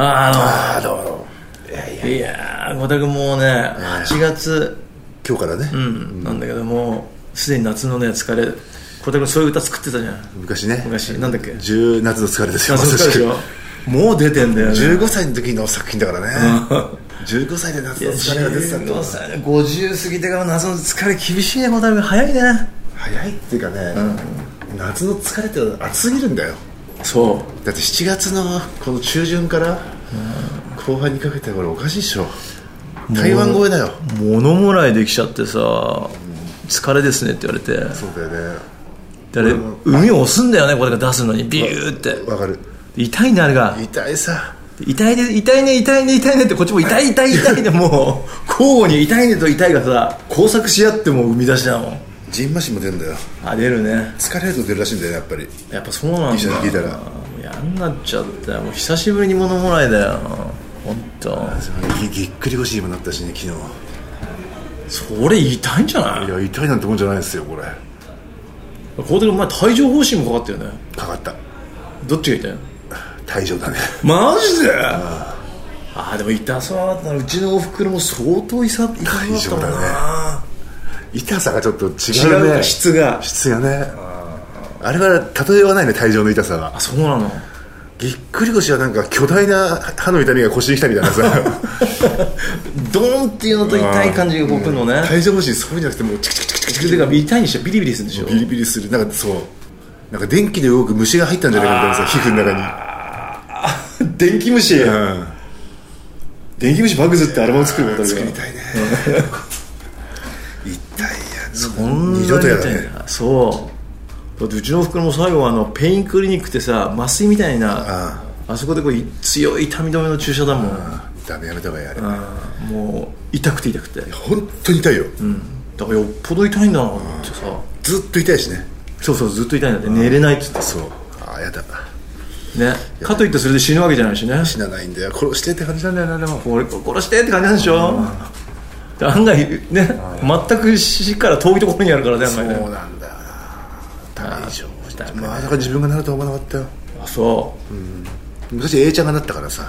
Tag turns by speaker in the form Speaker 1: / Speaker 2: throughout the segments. Speaker 1: あ
Speaker 2: ああどうもどうもいやいや
Speaker 1: の、いやー、小田君もうね、8月、
Speaker 2: 今日からね、
Speaker 1: うん、なんだけども、すでに夏のね、疲れ、小田君そういう歌作ってたじゃん。
Speaker 2: 昔ね
Speaker 1: 昔なんだっけ
Speaker 2: 10夏の疲れですよ
Speaker 1: あそうですよもう出てんだよ、ね。
Speaker 2: 15歳の時の作品だからね15歳で夏の疲れが出てたってこと
Speaker 1: 15歳で50過ぎてから謎の疲れ厳しいね、小田君。早いね。
Speaker 2: 早いっていうかね、夏の疲れって暑すぎるんだよ
Speaker 1: そ
Speaker 2: だって7月のこの中旬から後半にかけてこれおかしいっしょ台湾越えだよ
Speaker 1: う。物もらいできちゃってさ、疲れですねって言われて。
Speaker 2: そうだよね
Speaker 1: であれ海を押すんだよねこれが出すのにビューって
Speaker 2: わかる
Speaker 1: 痛いねあれが
Speaker 2: 痛いさ
Speaker 1: 痛いね痛いね痛いね痛いねってこっちも痛い痛い痛いねもう交互に痛いねと痛いがさ交錯し合ってもう生み出しだもん
Speaker 2: ジンマシンも出るんだよ
Speaker 1: あ出るね
Speaker 2: 疲れると出るらしいんだよねやっぱり
Speaker 1: やっぱそうなんだ
Speaker 2: 医者に聞いたら
Speaker 1: もう嫌になっちゃったよもう久しぶりに物もらいだよ本当。
Speaker 2: ぎぎっくり腰にもなったしね昨
Speaker 1: それ痛いんじゃない
Speaker 2: 日いや痛いなんてもんじゃないですよこれ
Speaker 1: こうでお前帯状疱疹もかかったよね
Speaker 2: かかった
Speaker 1: どっちが痛いの
Speaker 2: 退場だね
Speaker 1: マジでああでも痛そうだったなうちのおふくろも相当痛痛そうだったもんな、
Speaker 2: 痛さがちょっと違う
Speaker 1: 違う
Speaker 2: ね
Speaker 1: か質が
Speaker 2: 質がねあれは例えはないね退場の痛さは
Speaker 1: あそうなの
Speaker 2: ぎっくり腰はなんか巨大な歯の痛みが腰に来たみたいな さ
Speaker 1: ドーンっていうのと痛い感じがこう来るのね
Speaker 2: 退場腰そういうんじゃなくてもうチクチクチクチクチ
Speaker 1: てか痛いんでしょビリビリするんでしょ
Speaker 2: クビリビリするなんかそうなんか電気で動く虫が入ったんじゃないかみたいなさ皮膚の中
Speaker 1: 電気虫
Speaker 2: にうん
Speaker 1: 電気虫バグズってアルバム作ること
Speaker 2: 作り
Speaker 1: い
Speaker 2: たいね痛いやそ
Speaker 1: こんな
Speaker 2: 二
Speaker 1: に
Speaker 2: 度とや
Speaker 1: 痛
Speaker 2: だ
Speaker 1: い
Speaker 2: ね
Speaker 1: んだそうだってうちのおふくろも最後はあのペインクリニックってさ麻酔みたいな
Speaker 2: あ
Speaker 1: あそこでこうい強い痛み止めの注射だもん
Speaker 2: あダメやめた方がいいあれ
Speaker 1: あーもう痛くて痛くて
Speaker 2: 本当に痛いよ、
Speaker 1: だからよっぽど痛いんだなってさ
Speaker 2: ずっと痛いしね
Speaker 1: そうそうずっと痛いんだって寝れないっつって
Speaker 2: そうああやだ
Speaker 1: ねかといってそれで死ぬわけじゃないしね
Speaker 2: 死なないんだよ殺してって感じなんだよなでも
Speaker 1: 俺殺してって感じなんでしょで案外ね全く死から遠いところにあるからね案
Speaker 2: そう
Speaker 1: 外ね
Speaker 2: なんだよな大丈
Speaker 1: ダ
Speaker 2: 夫
Speaker 1: メ
Speaker 2: まさか自分がなるとは思わなかったよ
Speaker 1: あそう
Speaker 2: 昔 A ちゃんがなったからさ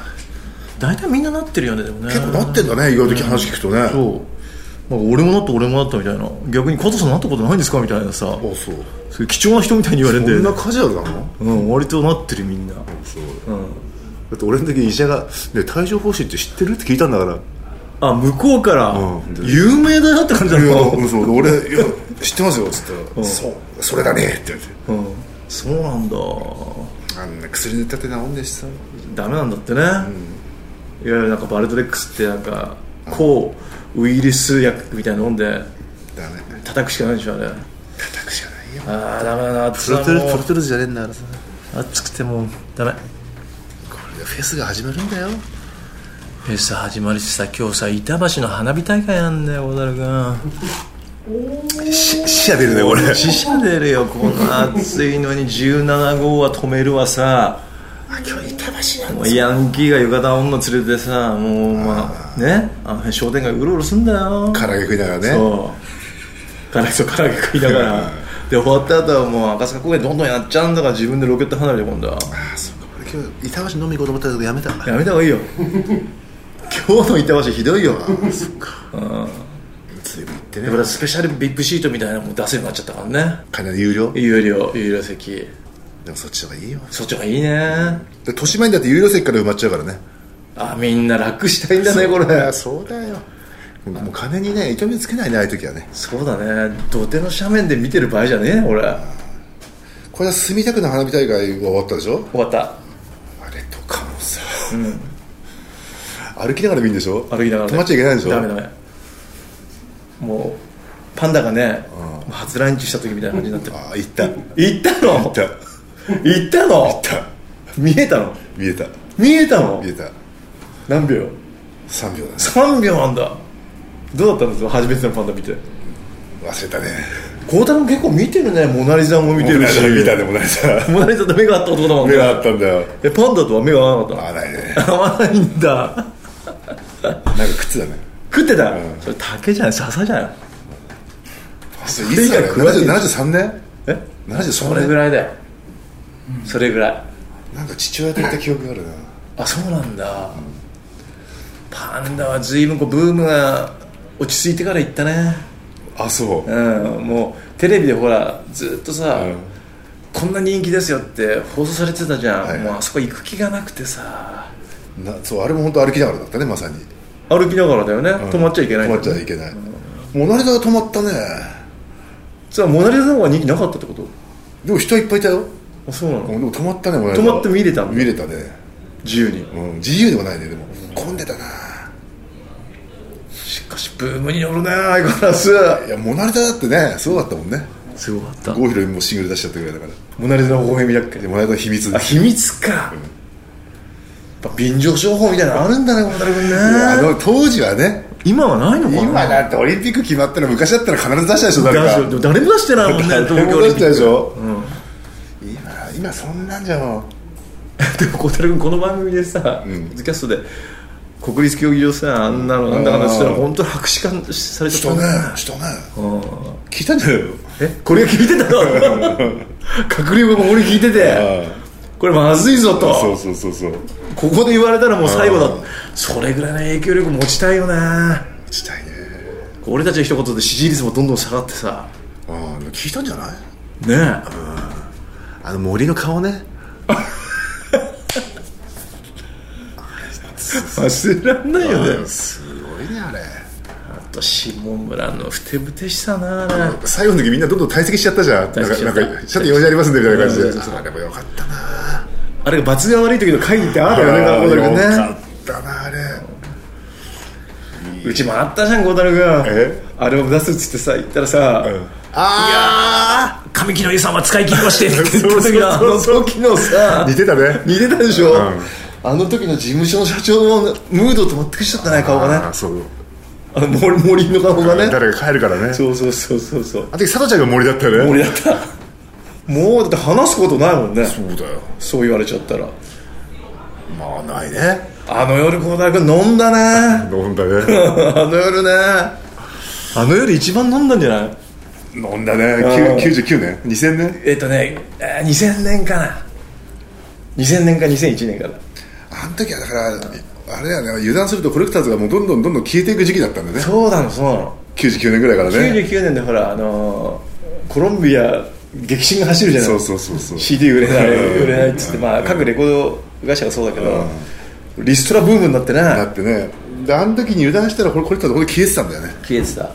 Speaker 1: 大体みんななってるよねでもね
Speaker 2: 結構なってんだね意外と話聞くとね
Speaker 1: そう、まあ、俺もなった俺もなったみたいな逆に加藤さんなったことないんですかみたいなさ
Speaker 2: あそう
Speaker 1: そういう貴重な人みたいに言われ
Speaker 2: こ
Speaker 1: る
Speaker 2: ん
Speaker 1: ん
Speaker 2: な
Speaker 1: で
Speaker 2: カジュアルなの
Speaker 1: うん割となってるみんな
Speaker 2: そう
Speaker 1: うん
Speaker 2: だって俺の時に医者が「ね帯状疱疹って知ってる?」って聞いたんだから
Speaker 1: あ向こうから
Speaker 2: うん
Speaker 1: 有名だなって感じだ
Speaker 2: いや
Speaker 1: もん
Speaker 2: そう俺いや知ってますよっつったら、そうそれだねって言
Speaker 1: う
Speaker 2: わ
Speaker 1: んそうなんだ
Speaker 2: れてあんな薬塗ったって治んでしさ
Speaker 1: ダメなんだってね、いわゆるなんかバルトレックスってなんか抗ウイルス薬みたいなの飲んで
Speaker 2: ダメ
Speaker 1: 叩くしかないでしょあれあ
Speaker 2: 叩くしかないよ
Speaker 1: あダメだな暑
Speaker 2: プロ
Speaker 1: さ
Speaker 2: トゥル
Speaker 1: も
Speaker 2: プロトゥルスじゃねえんだからさ
Speaker 1: 暑くてもうダメ
Speaker 2: これでフェスが始まるんだよ
Speaker 1: フェス始まるしさ今日さ板橋の花火大会なんだよ小樽君
Speaker 2: し死者出るね 俺
Speaker 1: 死者出るよこんな暑いのに17号は止めるわさ
Speaker 2: 今日板橋なん
Speaker 1: もうヤンキーが浴衣女連れてさもうまあねあの辺商店街うろうろすんだよ
Speaker 2: 唐揚げ食いながらね
Speaker 1: そう辛いそう唐揚げ食いなが らで終わった後はもう赤坂公園どんどんやっちゃうんだから自分でロケット花火で今度は
Speaker 2: あそうか俺今日板橋飲み行こうと思ったけどやめた
Speaker 1: やめた方がいいよ
Speaker 2: 今日の板橋ひどいよなそっかうん随分行って
Speaker 1: だか
Speaker 2: ね
Speaker 1: らスペシャル VIP シートみたいなのも出せるようになっちゃったからね
Speaker 2: かなり有料
Speaker 1: 有料有料席
Speaker 2: でもそっちの方がいいよ
Speaker 1: そっちの方がいいね
Speaker 2: で豊島園だって有料席から埋まっちゃうからね
Speaker 1: あみんな楽したいんだね
Speaker 2: ね
Speaker 1: こ
Speaker 2: こ
Speaker 1: れ
Speaker 2: れそうだよもう金にね糸目つけないねああいう時はね
Speaker 1: そうだね土手の斜面で見てる場合じゃねえ俺
Speaker 2: これは墨田区の花火大会が終わったでしょ
Speaker 1: 終わった
Speaker 2: あれとかもさ、歩きながら見るんでしょ
Speaker 1: 歩きながら、ね、
Speaker 2: 止まっちゃいけないんでしょ
Speaker 1: ダメダメもうパンダがね、初来日した時みたいな感じになってる
Speaker 2: ああ行った行
Speaker 1: 行ったの行
Speaker 2: った
Speaker 1: 行ったの
Speaker 2: った
Speaker 1: 見えたの
Speaker 2: 見えた
Speaker 1: 見えたの
Speaker 2: 見えた
Speaker 1: 何秒
Speaker 2: 3秒だね
Speaker 1: 3秒なんだどうだったんですか初めてのパンダ見て
Speaker 2: 忘れたね
Speaker 1: 孝太郎結構見てるねモナ・リザも見てるし
Speaker 2: 見たでもないさ
Speaker 1: モナ・リザと目が合った男だもんね
Speaker 2: 目があったんだよ
Speaker 1: えパンダとは目が合わなか
Speaker 2: 合
Speaker 1: っ
Speaker 2: わないね
Speaker 1: たの合わないんだ
Speaker 2: なんか靴だね
Speaker 1: 食ってた、
Speaker 2: うん
Speaker 1: それ竹じゃない笹じゃない
Speaker 2: それいつだろう
Speaker 1: 食わない
Speaker 2: 73年
Speaker 1: え
Speaker 2: 73年
Speaker 1: それぐらいだよ、それぐらい
Speaker 2: なんか父親と行った記憶があるな
Speaker 1: あそうなんだパンダは随分こうブームが落ち着いてから行ったね
Speaker 2: あそう、
Speaker 1: うんもうテレビでほらずっとさ、
Speaker 2: うん
Speaker 1: こんな人気ですよって放送されてたじゃん、
Speaker 2: はい
Speaker 1: もうあそこ行く気がなくてさ
Speaker 2: なそうあれも本当歩きながらだったねまさに
Speaker 1: 歩きながらだよね、止まっちゃいけない
Speaker 2: 止
Speaker 1: んだ
Speaker 2: ま
Speaker 1: よ
Speaker 2: っ
Speaker 1: ね
Speaker 2: ちゃいけない、モナリザが止まったね
Speaker 1: じゃあモナ・リザの方が人気なかったってこと
Speaker 2: でも人はいっぱいいたよ
Speaker 1: あそうなの、
Speaker 2: でも止まったねモナリザ
Speaker 1: 止まって見れたの
Speaker 2: 見れたね、
Speaker 1: 自由に
Speaker 2: うん、自由ではないねでも混んでたな
Speaker 1: しかしブームに乗るね相変わらず
Speaker 2: いやモナリザだってねすごかったもんね
Speaker 1: すごかった
Speaker 2: 郷ひろみもシングル出しちゃったぐらいだから
Speaker 1: モナ・リザの微笑みだっけ
Speaker 2: でモナリザの秘密
Speaker 1: あ
Speaker 2: です
Speaker 1: 秘密か、やっぱ便乗商法みたいなのあるんだね小田
Speaker 2: あ
Speaker 1: 君ね
Speaker 2: の当時はね
Speaker 1: 今はないのかな
Speaker 2: 今だってオリンピック決まったら昔だったら必ず出したでしょ誰
Speaker 1: 出してる
Speaker 2: か
Speaker 1: でも誰も出してないもんね
Speaker 2: 誰
Speaker 1: 東京
Speaker 2: も
Speaker 1: オリ
Speaker 2: 出
Speaker 1: ン
Speaker 2: し
Speaker 1: ピ
Speaker 2: たで
Speaker 1: ッ
Speaker 2: しょ
Speaker 1: ク、うん
Speaker 2: 今今そんなんじゃも
Speaker 1: でも 小樽君この番組でさ、
Speaker 2: ん
Speaker 1: ポッドキャストで国立競技場さあんなのなんだかなって言ったら
Speaker 2: うん
Speaker 1: 本当に白紙化され
Speaker 2: う
Speaker 1: ち
Speaker 2: 人
Speaker 1: ゃっ
Speaker 2: ね
Speaker 1: た
Speaker 2: 人ね
Speaker 1: うん
Speaker 2: 聞いたんじゃないの
Speaker 1: えこれが聞いてたの隔離部も俺聞いててこれまずいぞと
Speaker 2: そうそうそうそう
Speaker 1: ここで言われたらもう最後だ
Speaker 2: うん
Speaker 1: それぐらいの影響力持ちたいよね
Speaker 2: したいね
Speaker 1: 俺たちの一言で支持率もどんどん下がってさ
Speaker 2: ああ聞いたんじゃない
Speaker 1: ねえ
Speaker 2: あの森の顔ね
Speaker 1: 忘れらんないよね
Speaker 2: すごいねあれ
Speaker 1: あと下村のふてぶてしさなあれ
Speaker 2: 最後の時みんなどんどん退席しちゃったじゃんなん
Speaker 1: 席しちゃ
Speaker 2: か
Speaker 1: った
Speaker 2: なんかちょっと用事ありますんでみたいな感
Speaker 1: そ
Speaker 2: じ
Speaker 1: うそうそう
Speaker 2: であれもよかったな
Speaker 1: あれが罰が悪い時の会議ってあるよね
Speaker 2: あ
Speaker 1: 小樽
Speaker 2: れ
Speaker 1: 君
Speaker 2: よ
Speaker 1: ね
Speaker 2: かったなあれ
Speaker 1: うちもあったじゃん孝太郎君
Speaker 2: え
Speaker 1: アルバム出すっつってさ言ったらさ
Speaker 2: あ
Speaker 1: 「神木の予算は使い切り まして」って言
Speaker 2: そ
Speaker 1: った
Speaker 2: うそう
Speaker 1: 時のあの
Speaker 2: そう
Speaker 1: 時のさ
Speaker 2: あ似てたね
Speaker 1: 似てたでしょ
Speaker 2: うん
Speaker 1: あの時の事務所の社長のムードと全くしちゃったね顔が
Speaker 2: あ
Speaker 1: ね
Speaker 2: あそう
Speaker 1: あの森森の顔がね
Speaker 2: 誰か帰るからね
Speaker 1: そうそうそうそうそう
Speaker 2: あの時佐藤ちゃんが森だったよね
Speaker 1: 森だったもうだって話すことないもんね
Speaker 2: そうだよ
Speaker 1: そう言われちゃったら
Speaker 2: まあないね
Speaker 1: あの夜孝太郎君飲んだね
Speaker 2: 飲んだね
Speaker 1: あの夜ねあの夜一番飲んだんじゃない
Speaker 2: 飲んだね
Speaker 1: うん
Speaker 2: きゅ99年2000年
Speaker 1: えっ、とねあー2000年かな2000年か2001年かな
Speaker 2: あの時はだからあれだよね油断するとコレクターズがもうどんどんどんどん消えていく時期だったんだね
Speaker 1: そうなのそうなの
Speaker 2: 99年ぐらいからね
Speaker 1: 99年でほらあのーコロンビア激震が走るじゃない
Speaker 2: そうそうそうそう
Speaker 1: CD 売れない
Speaker 2: うん
Speaker 1: 売れないっつってまあ各レコード会社がそうだけどリストラブームになって
Speaker 2: だ
Speaker 1: な
Speaker 2: ってねであの時に油断したらこれコレクターズこれ消えてたんだよね
Speaker 1: 消えてた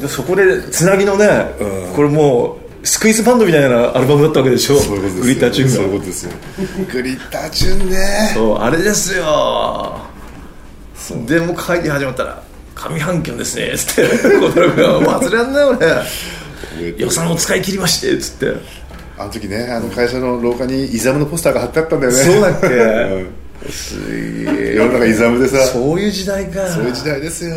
Speaker 1: でそこでつなぎのね
Speaker 2: うん
Speaker 1: これもうスクイズバンドみたいなアルバムだったわけでしょ
Speaker 2: そういうことですよ
Speaker 1: グリッターチューンが
Speaker 2: そういうことですよグリッターチューンね
Speaker 1: そうあれですよでも会議始まったら「上半期のですね」つって小太郎君は忘れらんない俺予算を使い切りまして」つって
Speaker 2: あの時ねあの会社の廊下にイザムのポスターが貼ってあったんだよね
Speaker 1: そうだっけ
Speaker 2: けすげえ世の中イザムでさそう
Speaker 1: そういう時代か
Speaker 2: いう時代ですよ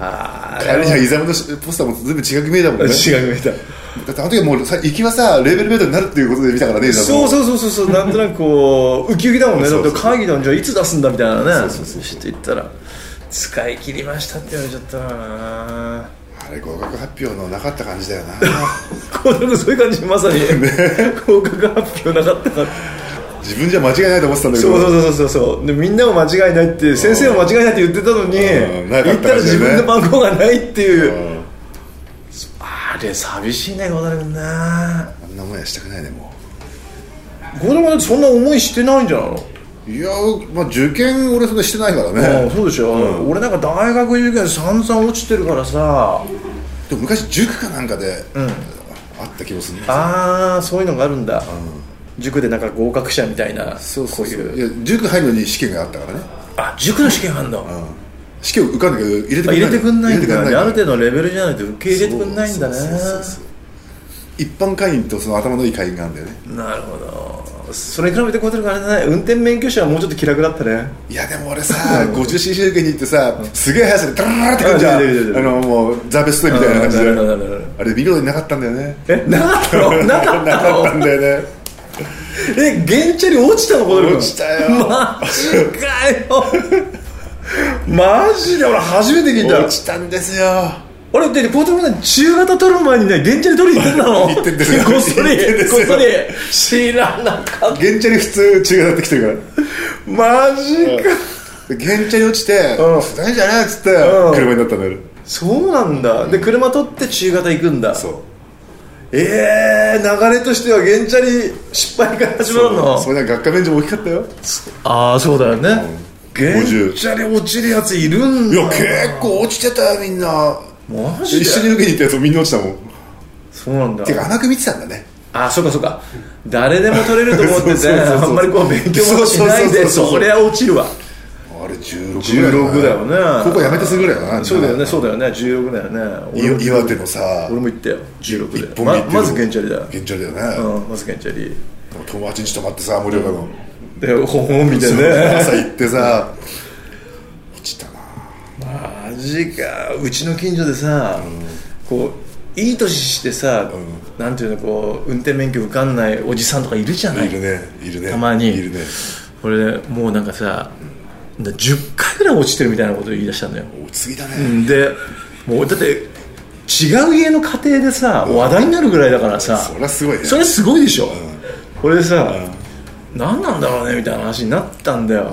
Speaker 1: あ
Speaker 2: 帰りにはイザムのポスターも全部違く見えたもんね
Speaker 1: 違う見えた
Speaker 2: だってあの時はもうさ行きはさレーベルメイドになるっていうことで見たからねイザム
Speaker 1: そう
Speaker 2: う
Speaker 1: そうそうそうそうなんとなくこうウキウキだもんねだ
Speaker 2: そ
Speaker 1: っ
Speaker 2: う
Speaker 1: て
Speaker 2: そうそう
Speaker 1: 会議なんじゃいつ出すんだみたいなね
Speaker 2: そうそうそう
Speaker 1: ちょっと言ったら「使い切りました」って言われちゃったな
Speaker 2: あれ合格発表のなかった感じだよな
Speaker 1: 小太郎君そういう感じまさに 合格発表なかったから
Speaker 2: 自分じゃ間違いないと思ってたんだけど
Speaker 1: そうそうそうそうそうでみんなも間違いないって先生も間違いないって言ってたのに
Speaker 2: うんなか
Speaker 1: 言
Speaker 2: っ
Speaker 1: ったたら
Speaker 2: です
Speaker 1: 自
Speaker 2: よ
Speaker 1: 分
Speaker 2: ね
Speaker 1: の番号がないっていう
Speaker 2: うん
Speaker 1: あれ寂しいね小田君な
Speaker 2: あんなもんやしたくないねも
Speaker 1: 小田君だってそんな思いしてないんじゃないの
Speaker 2: ういやまあ受験俺そんなしてないから
Speaker 1: あ
Speaker 2: ね
Speaker 1: あそうでしょ、俺なんか大学受験散々落ちてるからさ
Speaker 2: でも昔塾かなんかで、あった気もするんですよ
Speaker 1: ああそういうのがあるんだ、塾でなんか合格者みたいな
Speaker 2: そうそうそう
Speaker 1: こうい
Speaker 2: い
Speaker 1: う
Speaker 2: や塾入るのに試験があったからね
Speaker 1: あ塾の試験あんだ、あ
Speaker 2: 試験を受かんだけど入れてくんな
Speaker 1: 入
Speaker 2: い
Speaker 1: れてくんないんだ、ね、ある
Speaker 2: 度
Speaker 1: 程度のレベルじゃないと受け入れてくんないんだね
Speaker 2: 一般会員とその頭のいい会員があるんだよね
Speaker 1: なるほどそれに比べてこうやってあれだね運転免許証はもうちょっと気楽だったね
Speaker 2: いやでも俺さ 50cc 受けに行ってさすげえ速さでダラララってくんじゃ
Speaker 1: うん出てる出
Speaker 2: ん
Speaker 1: て
Speaker 2: あ
Speaker 1: る
Speaker 2: のもうザベストみたいな感じで
Speaker 1: うんなるほどなるほど
Speaker 2: あれ見事になかったんだよね
Speaker 1: えなかったのなかっ
Speaker 2: な
Speaker 1: た
Speaker 2: か
Speaker 1: の
Speaker 2: ったんだよね
Speaker 1: え原チャリ落ちたのこれ
Speaker 2: 落ちたよ
Speaker 1: マジかよマジで俺初めて聞いた
Speaker 2: 落ちたんですよ
Speaker 1: あれでレポートもね中型取る前にね電車で取りに行ってたの
Speaker 2: 行ってんですよ
Speaker 1: こっそり
Speaker 2: 行ってんです
Speaker 1: こっ
Speaker 2: よ
Speaker 1: そり知らなかった
Speaker 2: 現茶に普通中華だってきてるか
Speaker 1: マジ
Speaker 2: ら
Speaker 1: か
Speaker 2: 現茶に落ちて「
Speaker 1: うん
Speaker 2: 大じゃない」っつって
Speaker 1: うん
Speaker 2: 車になったんだよ
Speaker 1: そうなんだで車取って中型行くんだ
Speaker 2: そう
Speaker 1: ええー、流れとしては現茶に失敗から始まるの
Speaker 2: それが学科免除も大きかったよ
Speaker 1: ああそうだよね
Speaker 2: 50
Speaker 1: 現茶に落ちるやついるん
Speaker 2: い
Speaker 1: だ
Speaker 2: や結構落ちてたよみんな
Speaker 1: マジ
Speaker 2: 一
Speaker 1: で
Speaker 2: 緒に受けに行ったやつもみんな落ちたもん
Speaker 1: そうなんだ
Speaker 2: てか甘く見てたんだね
Speaker 1: あそうかそうか誰でも取れると思ってて
Speaker 2: そうそうそうそう
Speaker 1: あんまりこう勉強もしないで
Speaker 2: そうそうそうそう
Speaker 1: そりゃ落ちるわ
Speaker 2: あれ16
Speaker 1: 16だよね
Speaker 2: ここやめてすぐぐらいだな
Speaker 1: そうだよねそうだよね16だよね
Speaker 2: い
Speaker 1: 俺も
Speaker 2: 岩手のさ
Speaker 1: 俺も行ったよ16で
Speaker 2: 一本道
Speaker 1: ま
Speaker 2: っていうの
Speaker 1: まずゲンチャリだよ
Speaker 2: 現状だよね、
Speaker 1: うんまずゲンチャリ
Speaker 2: 友達に泊まってさ盛岡の、
Speaker 1: でほほんみたいなね
Speaker 2: 朝行ってさ落ちたな
Speaker 1: マジかうちの近所でさこういい年してさなんていうのこう運転免許受かんないおじさんとかいるじゃない
Speaker 2: いるねいるね
Speaker 1: たまに
Speaker 2: いるね
Speaker 1: 俺もうなんかさ10回ぐらい落ちてるみたいなこと言い出したのよ
Speaker 2: 落ちすぎだね、
Speaker 1: でもうだって違う家の家庭でさ話題になるぐらいだからさ
Speaker 2: そりゃすごいね
Speaker 1: それすごいでしょ、これでさ、何なんだろうねみたいな話になったんだよ、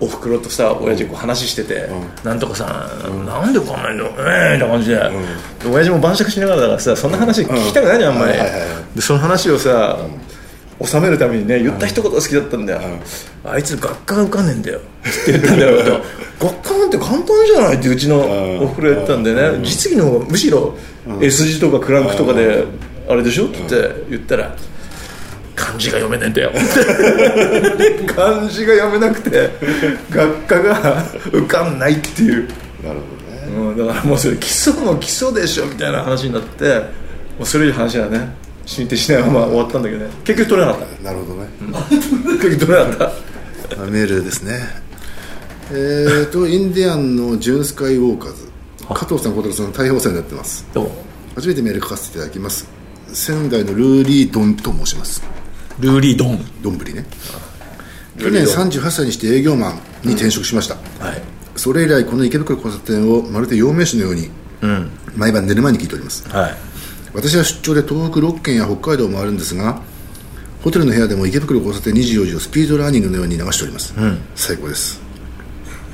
Speaker 1: おふくろとさ親父こう話してて、なんとかさ、なんでこんなにねみたいな感じで,で、親父も晩酌しながらだからさそんな話聞きたくないじゃん、あんまり、
Speaker 2: はいはいはい
Speaker 1: でその話をさ、収めるためにね言った一言が好きだったんだよ、あいつ学科が受かんねえんだよって言ったんだよ学科なんて簡単じゃないってうちの
Speaker 2: ん
Speaker 1: おふくろやったんでね、実技の方がむしろ S 字とかクランクとかであれでしょって言ったら漢字が読めねえんだよ 漢字が読めなくて学科が 受かんないっていう、
Speaker 2: なるほどね
Speaker 1: うん、だからもうそれ基礎も基礎でしょみたいな話になってもうそれ以上話はね進展しないまま終わったんだけどね結局取れなかった
Speaker 2: なるほどね、
Speaker 1: 結局取れなかった
Speaker 2: メールですねえーと インディアンのジュンスカイウォーカーズ加藤さん小太郎さん大変お世話になってます
Speaker 1: どうも
Speaker 2: 初めてメール書かせていただきます仙台のルーリードンと申します
Speaker 1: ルーリードン
Speaker 2: どんぶりね去年38歳にして営業マンに転職しました、
Speaker 1: はい
Speaker 2: それ以来この池袋交差点をまるで陽明酒のように、毎晩寝る前に聞いております
Speaker 1: はい
Speaker 2: 私は出張で東北6県や北海道を回るんですがホテルの部屋でも池袋交差点24時をスピードラーニングのように流しております、最高です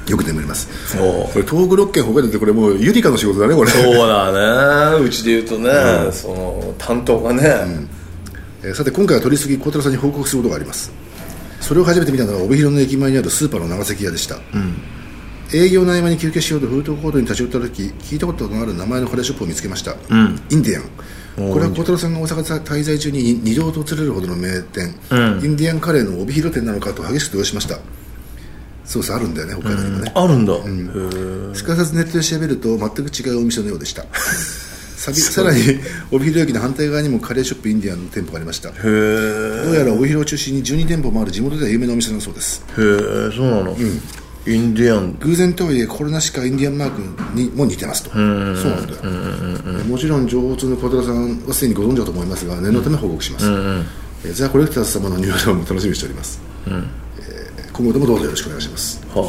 Speaker 2: よく眠れます
Speaker 1: そう
Speaker 2: これ東北6県北海道ってこれもうユリカの仕事だねこれ
Speaker 1: そうだねうちで言うとね、その担当がね、
Speaker 2: えーさて今回は取り次ぎ孝太郎さんに報告することがありますそれを初めて見たのは帯広の駅前にあるスーパーの長崎屋でした、営業の合間に休憩しようとフードコートに立ち寄った時聞いたことのある名前のカレーショップを見つけました、インディアンこれは孝太郎さんが大阪滞在中に二度訪れるほどの名店、インディアンカレーの帯広店なのかと激しく動揺しましたソースあるんだよね北海道にもね、
Speaker 1: あるんだ、
Speaker 2: すかさずネットで調べると全く違うお店のようでした さびさらに帯広駅の反対側にもカレーショップインディアンの店舗がありましたどうやら帯広を中心に12店舗もある地元では有名なお店なそうです
Speaker 1: へえそうなの、インディアン
Speaker 2: 偶然とはいえこれなしかインディアンマークにも似てますとそうなんだよもちろん情報通の小田さんはすでにご存知だと思いますが念のため報告しますえーザ・コレクターズ様の入場も楽しみにしておりますえー今後ともどうぞよろしくお願いします
Speaker 1: は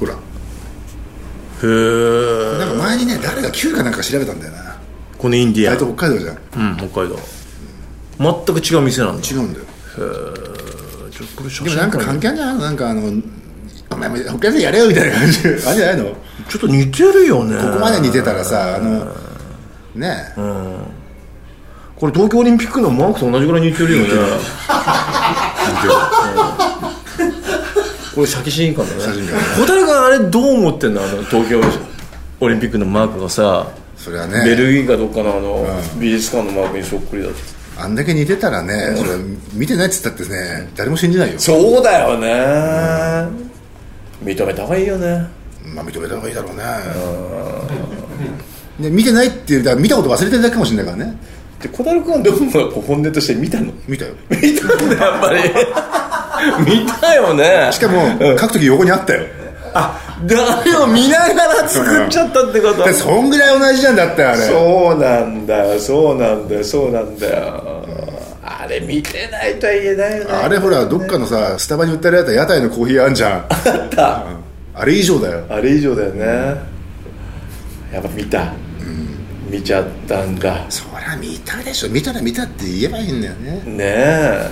Speaker 2: ほら
Speaker 1: あへえ
Speaker 2: なんか前にね誰が Q かなんか調べたんだよな
Speaker 1: このインディア
Speaker 2: 大
Speaker 1: ン
Speaker 2: 東北海道じゃん
Speaker 1: うん北海道全く違う店なんだ
Speaker 2: 違うんだよ
Speaker 1: ちょこれ写
Speaker 2: で
Speaker 1: 真
Speaker 2: もなんか関係あるんじゃないのなんかあのお前も保険でやれよみたいな感じあれじゃないのこ
Speaker 1: ちょっと似てるよねこ
Speaker 2: こまで似てたらさあのねえ、
Speaker 1: これ東京オリンピックのマークと同じぐらい似てるよねこれシャキシーン感だね
Speaker 2: キシーン感
Speaker 1: 小樽君あれどう思ってんのあの東京オリンピックのマークがさ
Speaker 2: それはね
Speaker 1: ベルギーかどっかのあの、美術館のマークにそっくりだって
Speaker 2: あんだけ似てたらね、それ見てないっつったってね誰も信じないよ
Speaker 1: そうだよね、認めた方がいいよね
Speaker 2: まあ認めた方がいいだろうねで見てないっていうだから見たこと忘れてるだけかもしれないからね
Speaker 1: で小樽君はどうもこう本音として見たの
Speaker 2: 見たよ
Speaker 1: 見たんだやっぱ り見たよね
Speaker 2: しかも書く時横にあったよ
Speaker 1: あ誰を見ながら作っちゃったってこと
Speaker 2: だってそんぐらい同じなんだってあれ
Speaker 1: そうなんだよそうなんだよそうなんだよ、あれ見てないとは言えないよね
Speaker 2: あれほらどっかのさスタバに売ってあるやつ屋台のコーヒーあんじゃんあったあれ以上だよ
Speaker 1: あれ以上だよね、やっぱ見た、見ちゃったんだ
Speaker 2: そりゃ見たでしょ見たら見たって言えばいいんだよね
Speaker 1: ねえ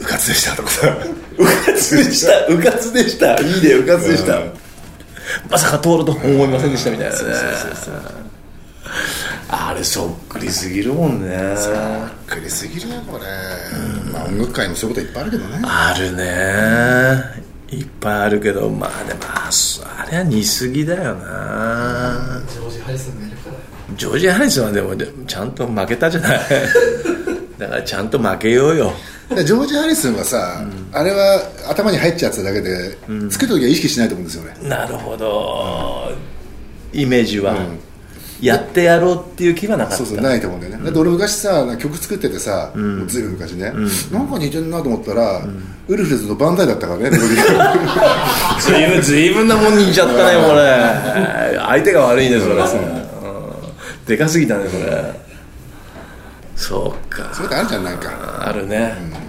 Speaker 2: うかつでしたとかさ
Speaker 1: うかつでした うかつでしたいいねうかつでした、
Speaker 2: うん
Speaker 1: まさか通るとも思いませんでしたみたいなねあれそっくりすぎるもんね
Speaker 2: くりすぎるよこれ、まあ音楽界もそういうこといっぱいあるけどね
Speaker 1: あるねいっぱいあるけどまあでもあそあれは似すぎだよな
Speaker 3: ジョージ・ハリスンがいるから
Speaker 1: ジョージ・ハリスンはでもでちゃんと負けたじゃない だからちゃんと負けようよ
Speaker 2: でジョージ・ハリスンはさ、あれは頭に入っちゃってただけで、作る時は意識しないと思うんですよね
Speaker 1: なるほどイメージは、やってやろうっていう気はなかった
Speaker 2: そうそうないと思うんだよね、だって俺昔さなんか曲作っててさ、もうずいぶん昔ね、なんか似てるなと思ったら、ウルフルズのバンダイだったからねメロデ ィーが
Speaker 1: ずいぶ ん、ずいぶんなもんにいっちゃったね、これ。相手が悪いね、それ。
Speaker 2: そ
Speaker 1: う
Speaker 2: う
Speaker 1: んでかすぎたね、それ。そうか。
Speaker 2: それってあるじゃんなんか
Speaker 1: あるね。うん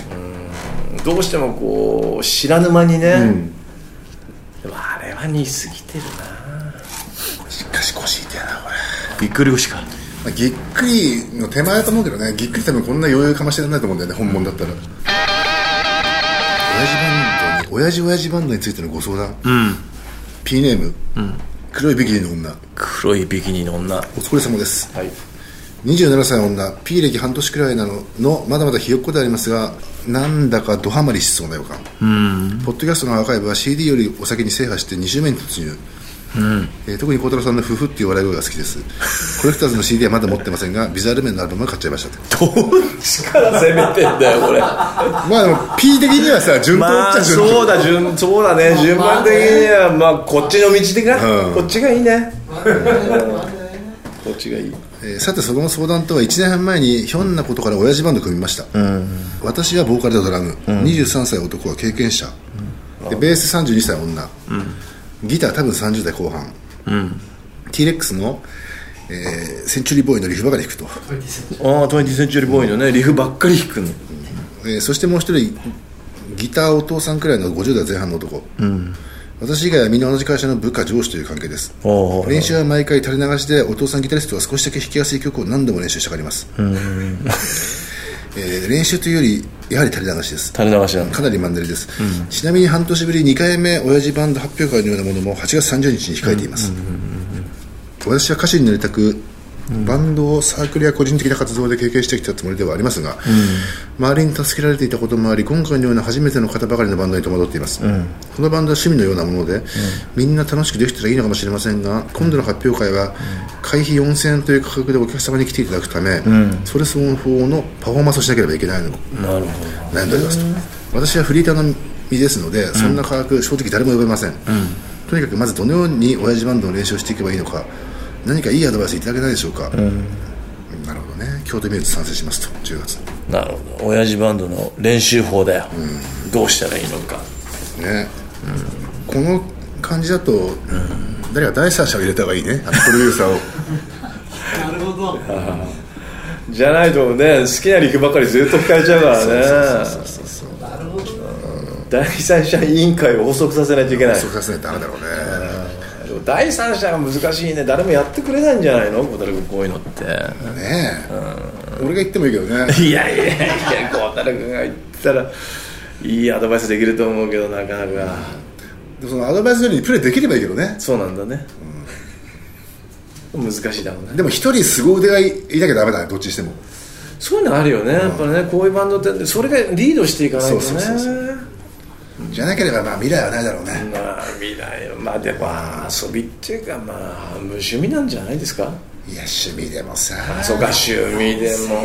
Speaker 1: どうしてもこう、知らぬ間にね。でもあれは似すぎてる
Speaker 2: しかし腰痛いなこれ
Speaker 1: な。びっくり腰か。
Speaker 2: まあぎっくりの手前だと思うけどねぎっくり多分こんな余裕かましてらんないと思うんだよね本物だったら、親父バンドに親父親父バンドについてのご相談、P ネーム、黒いビキニの女
Speaker 1: 黒いビキニの女。は
Speaker 2: お疲れ様です
Speaker 1: い。
Speaker 2: 27歳女 P 歴半年くらいなののまだまだひよっこでありますがなんだかドハマりしそうな予感ポッドキャストのアーカイブは CD よりお先に制覇して2週目に突入、えー特に孝太郎さんの「フフ」っていう笑い声が好 きですコレクターズの CD はまだ持ってませんがビザール面のアルバムは買っちゃいましたと
Speaker 1: どっちから攻めてんだよ、これ。
Speaker 2: まあでも P 的にはさ順 当
Speaker 1: ま
Speaker 2: っちゃ
Speaker 1: あ、
Speaker 2: 順当、
Speaker 1: そうだ、順、そうだね。順番的には、まあ、こっちの道でか。
Speaker 2: うん
Speaker 1: こっちがいいね。
Speaker 3: まあね
Speaker 1: こっちがいい。
Speaker 2: えーさてその相談とは1年半前にひょんなことから親父バンド組みました、私はボーカルとドラム、23歳男は経験者、でベース32歳女、ギター多分30代後半、T-REX の、えーセンチュリーボーイのリフばかり弾くと、
Speaker 3: これディス
Speaker 1: ああ20センチュリーボーイのね、リフばっかり弾くの
Speaker 2: えーそしてもう一人ギターお父さんくらいの50代前半の男、私以外はみんな同じ会社の部下上司という関係です
Speaker 1: おう
Speaker 2: 練習は毎回垂れ流しでお父さんギタリストは少しだけ弾きやすい曲を何度も練習したがります、えー練習というよりやはり垂れ流しです
Speaker 1: 垂れ流しなんだ
Speaker 2: かなりマンネリです、ちなみに半年ぶり2回目親父バンド発表会のようなものも8月30日に控えています、私は歌手になりたくバンドをサークルや個人的な活動で経験してきたつもりではありますが、周りに助けられていたこともあり今回のような初めての方ばかりのバンドに戸惑っています、このバンドは趣味のようなもので、みんな楽しくできたらいいのかもしれませんが今度の発表会は会費4000円という価格でお客様に来ていただくため、それ相応のパフォーマンスをしなければいけないの
Speaker 1: なるほ
Speaker 2: 悩んでおりますと私はフリーターの身ですので、そんな価格正直誰も呼べません、とにかくまずどのように親父バンドの練習をしていけばいいのか何かいいアドバイスいただけないでしょうか、なるほどね京都ミューズ賛成しますと10月
Speaker 1: どなるほど親父バンドの練習法だよ、どうしたらいいのか
Speaker 2: ね、この感じだと、誰か第三者を入れた方がいいねあのプロデューサ ーを
Speaker 3: なるほど
Speaker 1: じゃないとね好きなリフばっかりずっと聞かれちゃうからね
Speaker 3: なるほど
Speaker 1: 第三者委員会を補足させないといけない
Speaker 2: そうさせないとダメだろうね、
Speaker 1: でも第三者が難しいね誰もやってくれないんじゃないの小太郎君こういうのって
Speaker 2: ねえ、俺が言ってもいいけどね
Speaker 1: いやいやいや小太郎君が言ったらいいアドバイスできると思うけどなかなか
Speaker 2: でもそのアドバイスよりにプレイできればいいけどね
Speaker 1: そうなんだね、難しいだろうね
Speaker 2: でも一人すご腕がいいなきゃダメだねどっちにしても
Speaker 1: そういうのあるよね、やっぱりねこういうバンドってそれがリードしていかないとね
Speaker 2: そうそうそうじゃなければまあ未来はないだろうね、
Speaker 1: まあ未来はまあでも遊びっていうかまあ無趣味なんじゃないですか
Speaker 2: いや趣味でもさ
Speaker 1: そうか趣味でも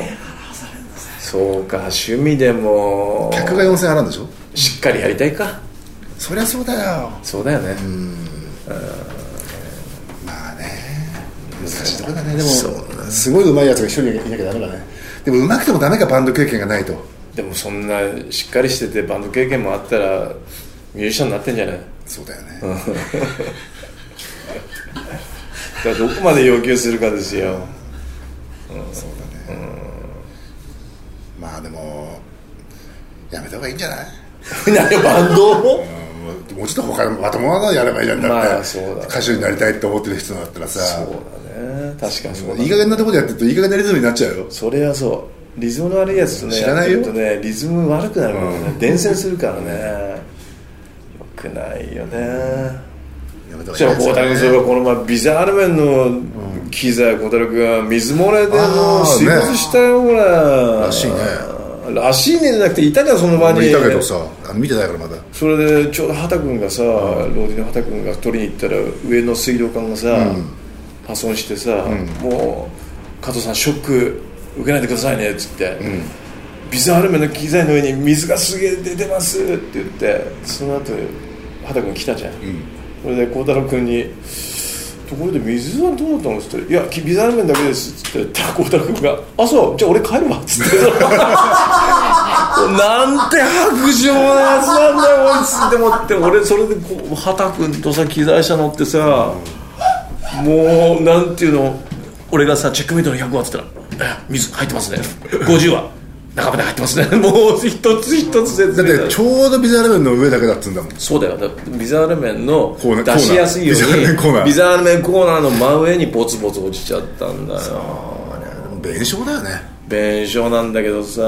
Speaker 1: そうか趣味でも
Speaker 2: 客が4000払うんでしょ
Speaker 1: しっかりやりたいか
Speaker 2: そりゃそうだよ
Speaker 1: そうだよね、
Speaker 2: まあね難しいとこだねでも
Speaker 1: そう
Speaker 2: すごい上手いやつが一人いなきゃダメだねでも上手くてもダメかバンド経験がないと
Speaker 1: でもそんなしっかりしててバンド経験もあったらミュージシャンになってんじゃない
Speaker 2: そうだよね、
Speaker 1: だからどこまで要求するかですよ
Speaker 2: そうだね、 まあでもやめた方がいいんじゃない
Speaker 1: 何バンドを
Speaker 2: うんもうちょっと他のまともなのやればいいじゃんだって、
Speaker 1: まあそうだね
Speaker 2: 歌手になりたいって思ってる人だったらさ
Speaker 1: そうだね確かにそうだ
Speaker 2: いい加減なところでやってるといい加減なリズムになっちゃうよ
Speaker 1: それはそうリズムの悪いやつとね
Speaker 2: 知らない
Speaker 1: や
Speaker 2: よ
Speaker 1: ってるとねリズム悪くなるからね、
Speaker 2: うん
Speaker 1: 伝染するからねよくないよね
Speaker 2: やめた
Speaker 1: じゃあ孝太郎君そういえばこの前ビザールメンの機材孝太郎君が水漏れでも
Speaker 2: あ
Speaker 1: う
Speaker 2: ー
Speaker 1: 水没したよこれら
Speaker 2: しいね
Speaker 1: らしいねじゃなくていたじゃんその場に
Speaker 2: 見たけどさあ見てないからまだ
Speaker 1: それでちょうど畑君がさ、ローディの畑君が取りに行ったら上の水道管がさ、破損してさ、もう加藤さんショック受けないでくださいねっつって、ビザアルメの機材の上に水がすげえ出てますって言ってその後畑君来たじゃん、それで孝太郎君にところで水はどうだったのっつって「いやきビザアルメだけです」っつって言ったら孝太郎君が「あそうじゃあ俺帰るわ」っつって なんて白状なやつなんだよこいつでもって俺それでこう畑君とさ機材車乗ってさ、もうなんていうの俺がさチェックメイトの100はっつったらえ「水入ってますね50は中まで入ってますね」もう一つ一つ説
Speaker 2: だっ
Speaker 1: 明
Speaker 2: てちょうどビザレベルの上だけだっつうんだもん
Speaker 1: そうだよだってビザール麺の
Speaker 2: コーナー
Speaker 1: 出しやすいよう
Speaker 2: コーナービザール
Speaker 1: にビザール麺
Speaker 2: 麺コーナー
Speaker 1: コーナーの真上にボツボツ落ちちゃったんだよ
Speaker 2: 弁償だよね
Speaker 1: 弁償なんだけどさ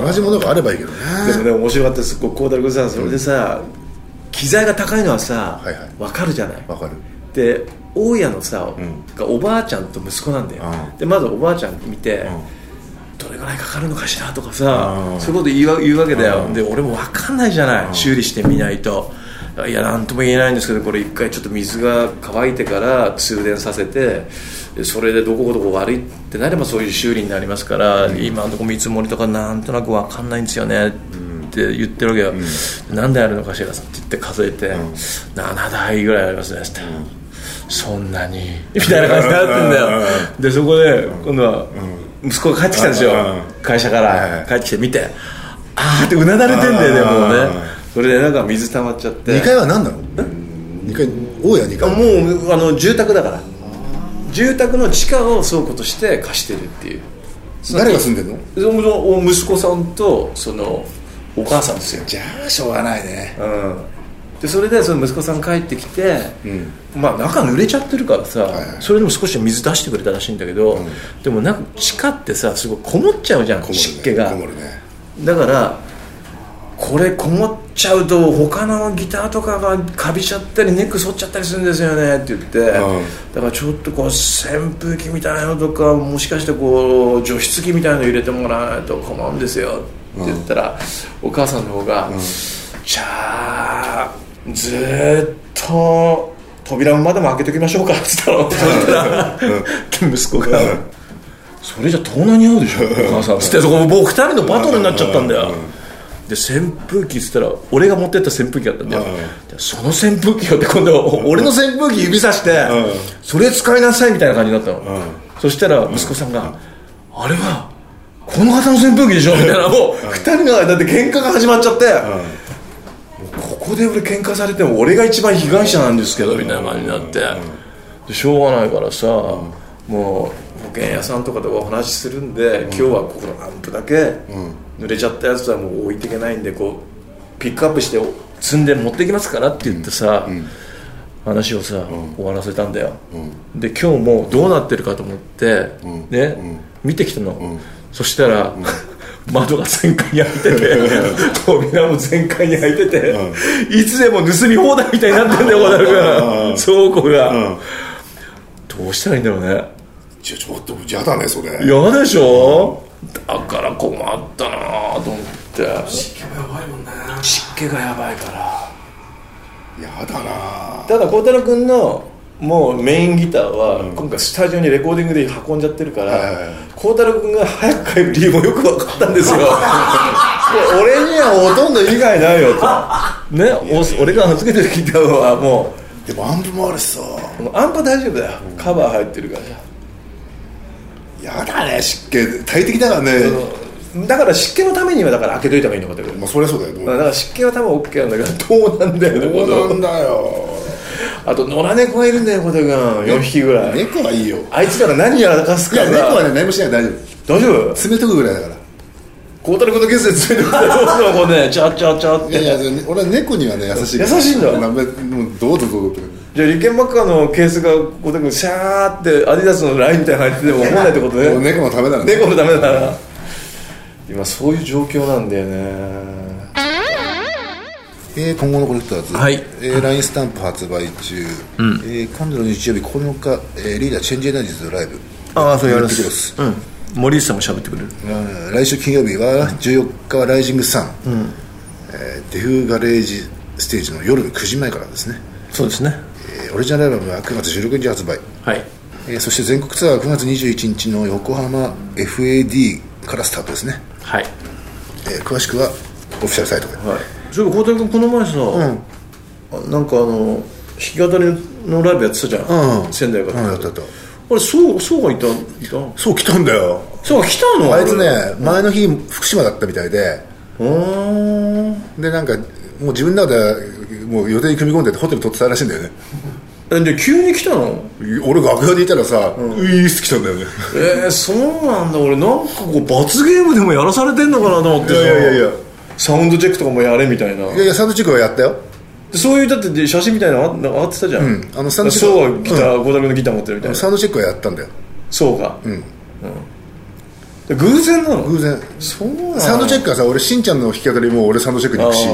Speaker 2: 同じものがあればいいけどね
Speaker 1: でもね面白かったですこう孝太郎君さそれでさ、機材が高いのはさ、
Speaker 2: はいはい
Speaker 1: 分かるじゃない
Speaker 2: わかる
Speaker 1: で大家のさ、がおばあちゃんと息子なんだよ、
Speaker 2: うん
Speaker 1: でまずおばあちゃん見て、どれぐらいかかるのかしらとかさ、
Speaker 2: うん
Speaker 1: そういうこと言うわ言うわけだよ、で俺も分かんないじゃない、修理してみないといや何とも言えないんですけどこれ一回ちょっと水が乾いてから通電させてでそれでどこどこ悪いってなればそういう修理になりますから、今のとこ見積もりとかなんとなく分かんないんですよね、って言ってるわけよ、何台あるのかしらって言って数えて、7台ぐらいありますねって、そんなにみたいな感じになってんだ
Speaker 2: うんうん
Speaker 1: よでそこで今度は息子が帰ってきたんですよ
Speaker 2: うん
Speaker 1: 会社か
Speaker 2: はいは
Speaker 1: ら
Speaker 2: い
Speaker 1: 帰ってきて見てあーってうなだれてんだよね
Speaker 2: うん
Speaker 1: もう
Speaker 2: うん
Speaker 1: ねそれでなんか水溜まっちゃって
Speaker 2: 2階は何なの2階大家2階
Speaker 1: もうあの住宅だから住宅の地下を倉庫として貸してるっていう
Speaker 2: 誰が住んでんの
Speaker 1: その息子さんとそのお母さんですよ
Speaker 2: じゃあしょうがないね
Speaker 1: うんでそれでその息子さん帰ってきて、
Speaker 2: ん
Speaker 1: まあ中濡れちゃってるからさ、
Speaker 2: いはい
Speaker 1: それでも少し水出してくれたらしいんだけど、でもなんか地下ってさすごいこもっちゃうじゃん、
Speaker 2: こもるね
Speaker 1: 湿気が
Speaker 2: こもるね
Speaker 1: だからこれこもっちゃうと他のギターとかがかびちゃったりネック反っちゃったりするんですよねって言って、
Speaker 2: うん
Speaker 1: だからちょっとこう扇風機みたいなのとかもしかしてこう除湿機みたいなの入れてもらわないと困るんですよって言ったら、お母さんの方が、じゃあずーっと扉までも開けときましょ うかって言ったら息子が。それじゃ盗難に合うでしょ お母さんつってそこ僕二人のバトルになっちゃったんだよで扇風機っつったら俺が持ってった扇風機だったんだよでその扇風機をって今度俺の扇風機指さしてそれ使いなさいみたいな感じになったのそしたら息子さんが「あれはこの方の扇風機でしょ」みたいなもう二人の間で喧嘩が始まっちゃってここで俺喧嘩されても俺が一番被害者なんですけどみたいな感じになってでしょうがないからさもう保険屋さんとかでお話しするんで今日はここのアンプだけ濡れちゃったやつはもう置いていけないんでこうピックアップして積んで持ってきますからって言ってさ話をさ終わらせたんだよで今日もうどうなってるかと思ってね見てきたのそしたら 窓が全開に開いてて扉も全開に開いてて、いつでも盗み放題みたいになってんだよ小樽君倉庫が、どうしたらいいんだろうね
Speaker 2: ちょちょっと嫌だねそれ
Speaker 1: 嫌でしょだから困ったなと思って
Speaker 3: 気が弱いもんな
Speaker 1: 湿気がやばいから
Speaker 2: やだな
Speaker 1: ただ孝太郎君のもうメインギターは今回スタジオにレコーディングで運んじゃってるか
Speaker 2: はいはい
Speaker 1: ら孝太郎君が早く帰る理由もよく分かったんです よで俺にはほとんど以外ないよとねお俺が預けてるギターはも
Speaker 2: でもアンプもあるしさ
Speaker 1: うもうアンパ大丈夫だよカバー入ってるから
Speaker 2: やだね湿気大敵だからね
Speaker 1: だから湿気のためにはだから開けといた方がいいのかってこと
Speaker 2: まあそりゃそうだよ
Speaker 1: だから湿気は多分 OK なんだけどどうなんだよねこ
Speaker 2: そうな
Speaker 1: の
Speaker 2: んだよ
Speaker 1: あと野良猫がいるんだよ小田君4匹ぐらい
Speaker 2: 猫はいいよ
Speaker 1: あいつらが何やらかす
Speaker 2: い
Speaker 1: か
Speaker 2: や
Speaker 1: ら
Speaker 2: 猫はね何もしないで大丈
Speaker 1: 大丈夫
Speaker 2: 夫冷めとくぐらいだから孝太郎君のケースでついてます
Speaker 1: そうこう ねチャチャチャっ
Speaker 2: いや
Speaker 1: て
Speaker 2: いやで俺は猫にはね優しい
Speaker 1: 優しいんだ
Speaker 2: なめもうどうぞどうぞって
Speaker 1: じゃあ利権マッカーのケースがこうでシャーってアディダスのラインみたいなの入ってても思わないってこと
Speaker 2: もう
Speaker 1: ね
Speaker 2: 猫のためだね
Speaker 1: 猫のためだから今そういう状況なんだよね
Speaker 2: えー今後のコネクターズ、
Speaker 1: はい
Speaker 2: えー、LINE スタンプ発売中、えー今度の日曜日9日、えーリーダーチェンジエナジーズのライブ
Speaker 1: ああそうやる
Speaker 2: やってきます
Speaker 1: す、うん、森内さんも喋ってくれる
Speaker 2: うん来週金曜日は14日はライジングサン、えーデフガレージステージの夜の9時前からですね、
Speaker 1: そうですね
Speaker 2: えーオリジナルアルバムは9月16日発売、
Speaker 1: はい
Speaker 2: えーそして全国ツアーは9月21日の横浜 FAD からスタートですね、
Speaker 1: はい
Speaker 2: えー詳しくはオフィシャルサイトで
Speaker 1: はいそういえば孝太郎君この前さ、あなんかあの弾き語りのライブやってたじゃん、
Speaker 2: うん
Speaker 1: 仙台か
Speaker 2: う
Speaker 1: ら、
Speaker 2: ん
Speaker 1: あ
Speaker 2: や
Speaker 1: れ
Speaker 2: ったやった
Speaker 1: そうそうがいたいた
Speaker 2: そう来たんだよ
Speaker 1: そうが来たの
Speaker 2: あいつね前の日福島だったみたいで
Speaker 1: うーん
Speaker 2: でなんかもう自分の中でもう予定に組み込んでてホテル取ってたらしいんだよね
Speaker 1: えで急に来たの
Speaker 2: 俺楽屋でいたらさ、ういーっす来たんだよね
Speaker 1: えー、そうなんだ俺なんかこう罰ゲームでもやらされてんのかなと思って
Speaker 2: い
Speaker 1: さ
Speaker 2: やいやいやいや
Speaker 1: サウンドチェックとかもやれみたいない
Speaker 2: やいやサンドチェックはやったよ
Speaker 1: でそういうだってで写真みたいなのあなんか上がってたじゃん、
Speaker 2: んあのサンドチェッ
Speaker 1: そう
Speaker 2: ク
Speaker 1: がギター、うのギター持ってるみたいな
Speaker 2: サンドチェックはやったんだよ
Speaker 1: そうかうん、で偶然なの
Speaker 2: 偶然
Speaker 1: そうなの
Speaker 2: サンドチェックはさ俺しんちゃんの弾き語りも俺サンドチェックに行くし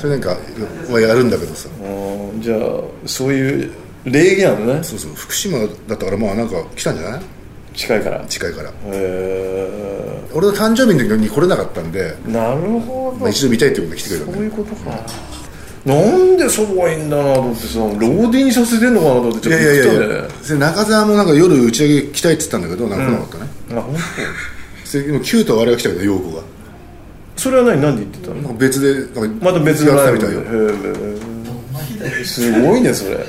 Speaker 2: それなんかはやるんだけどさ
Speaker 1: あーじゃあそういう礼儀なのね
Speaker 2: そうそう福島だったからまあなんか来たんじゃない
Speaker 1: 近いからへ
Speaker 2: 近いから
Speaker 1: え
Speaker 2: 俺の誕生日の時に来れなかったんで、
Speaker 1: なるほど
Speaker 2: まあ、一度見たいってことで来てくれたん
Speaker 1: そう
Speaker 2: だよ
Speaker 1: いうことかなんでそばいいんだなと思ってさローディンにさせてんのかなと思って
Speaker 2: い
Speaker 1: ちょっ
Speaker 2: や
Speaker 1: と
Speaker 2: いやい
Speaker 1: 言っ
Speaker 2: や
Speaker 1: たん
Speaker 2: い
Speaker 1: だよね
Speaker 2: やで中澤もなんか夜打ち上げ来たいって言ったんだけどなんか来なかったね、
Speaker 1: あ本
Speaker 2: それでもキュートはあれが来たけど陽子が
Speaker 1: 当それは何何で言ってた
Speaker 2: な
Speaker 1: の
Speaker 2: んか別でなんか
Speaker 1: また別のライブ
Speaker 2: み
Speaker 1: で
Speaker 2: たいよ
Speaker 1: へえすごいねそれ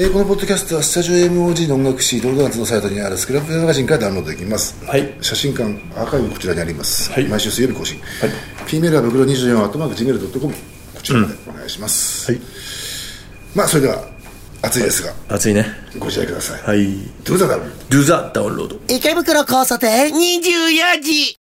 Speaker 2: えーこのポッドキャストはスタジオ MOG の音楽誌ドルドーナツのサイトにあるスクラップマガジンからダウンロードできます、
Speaker 1: はい
Speaker 2: 写真館アーカイブこちらにあります、
Speaker 1: はい
Speaker 2: 毎週水曜日更新、P メールはブクロ24アットマーク Gmail.com こちらまでお願いします、
Speaker 1: はい
Speaker 2: まあそれでは暑いですが
Speaker 1: 熱いね
Speaker 2: ご自愛ください、
Speaker 1: はい
Speaker 2: どうだろう
Speaker 1: ドゥザダウンロード
Speaker 4: 池袋交差点24時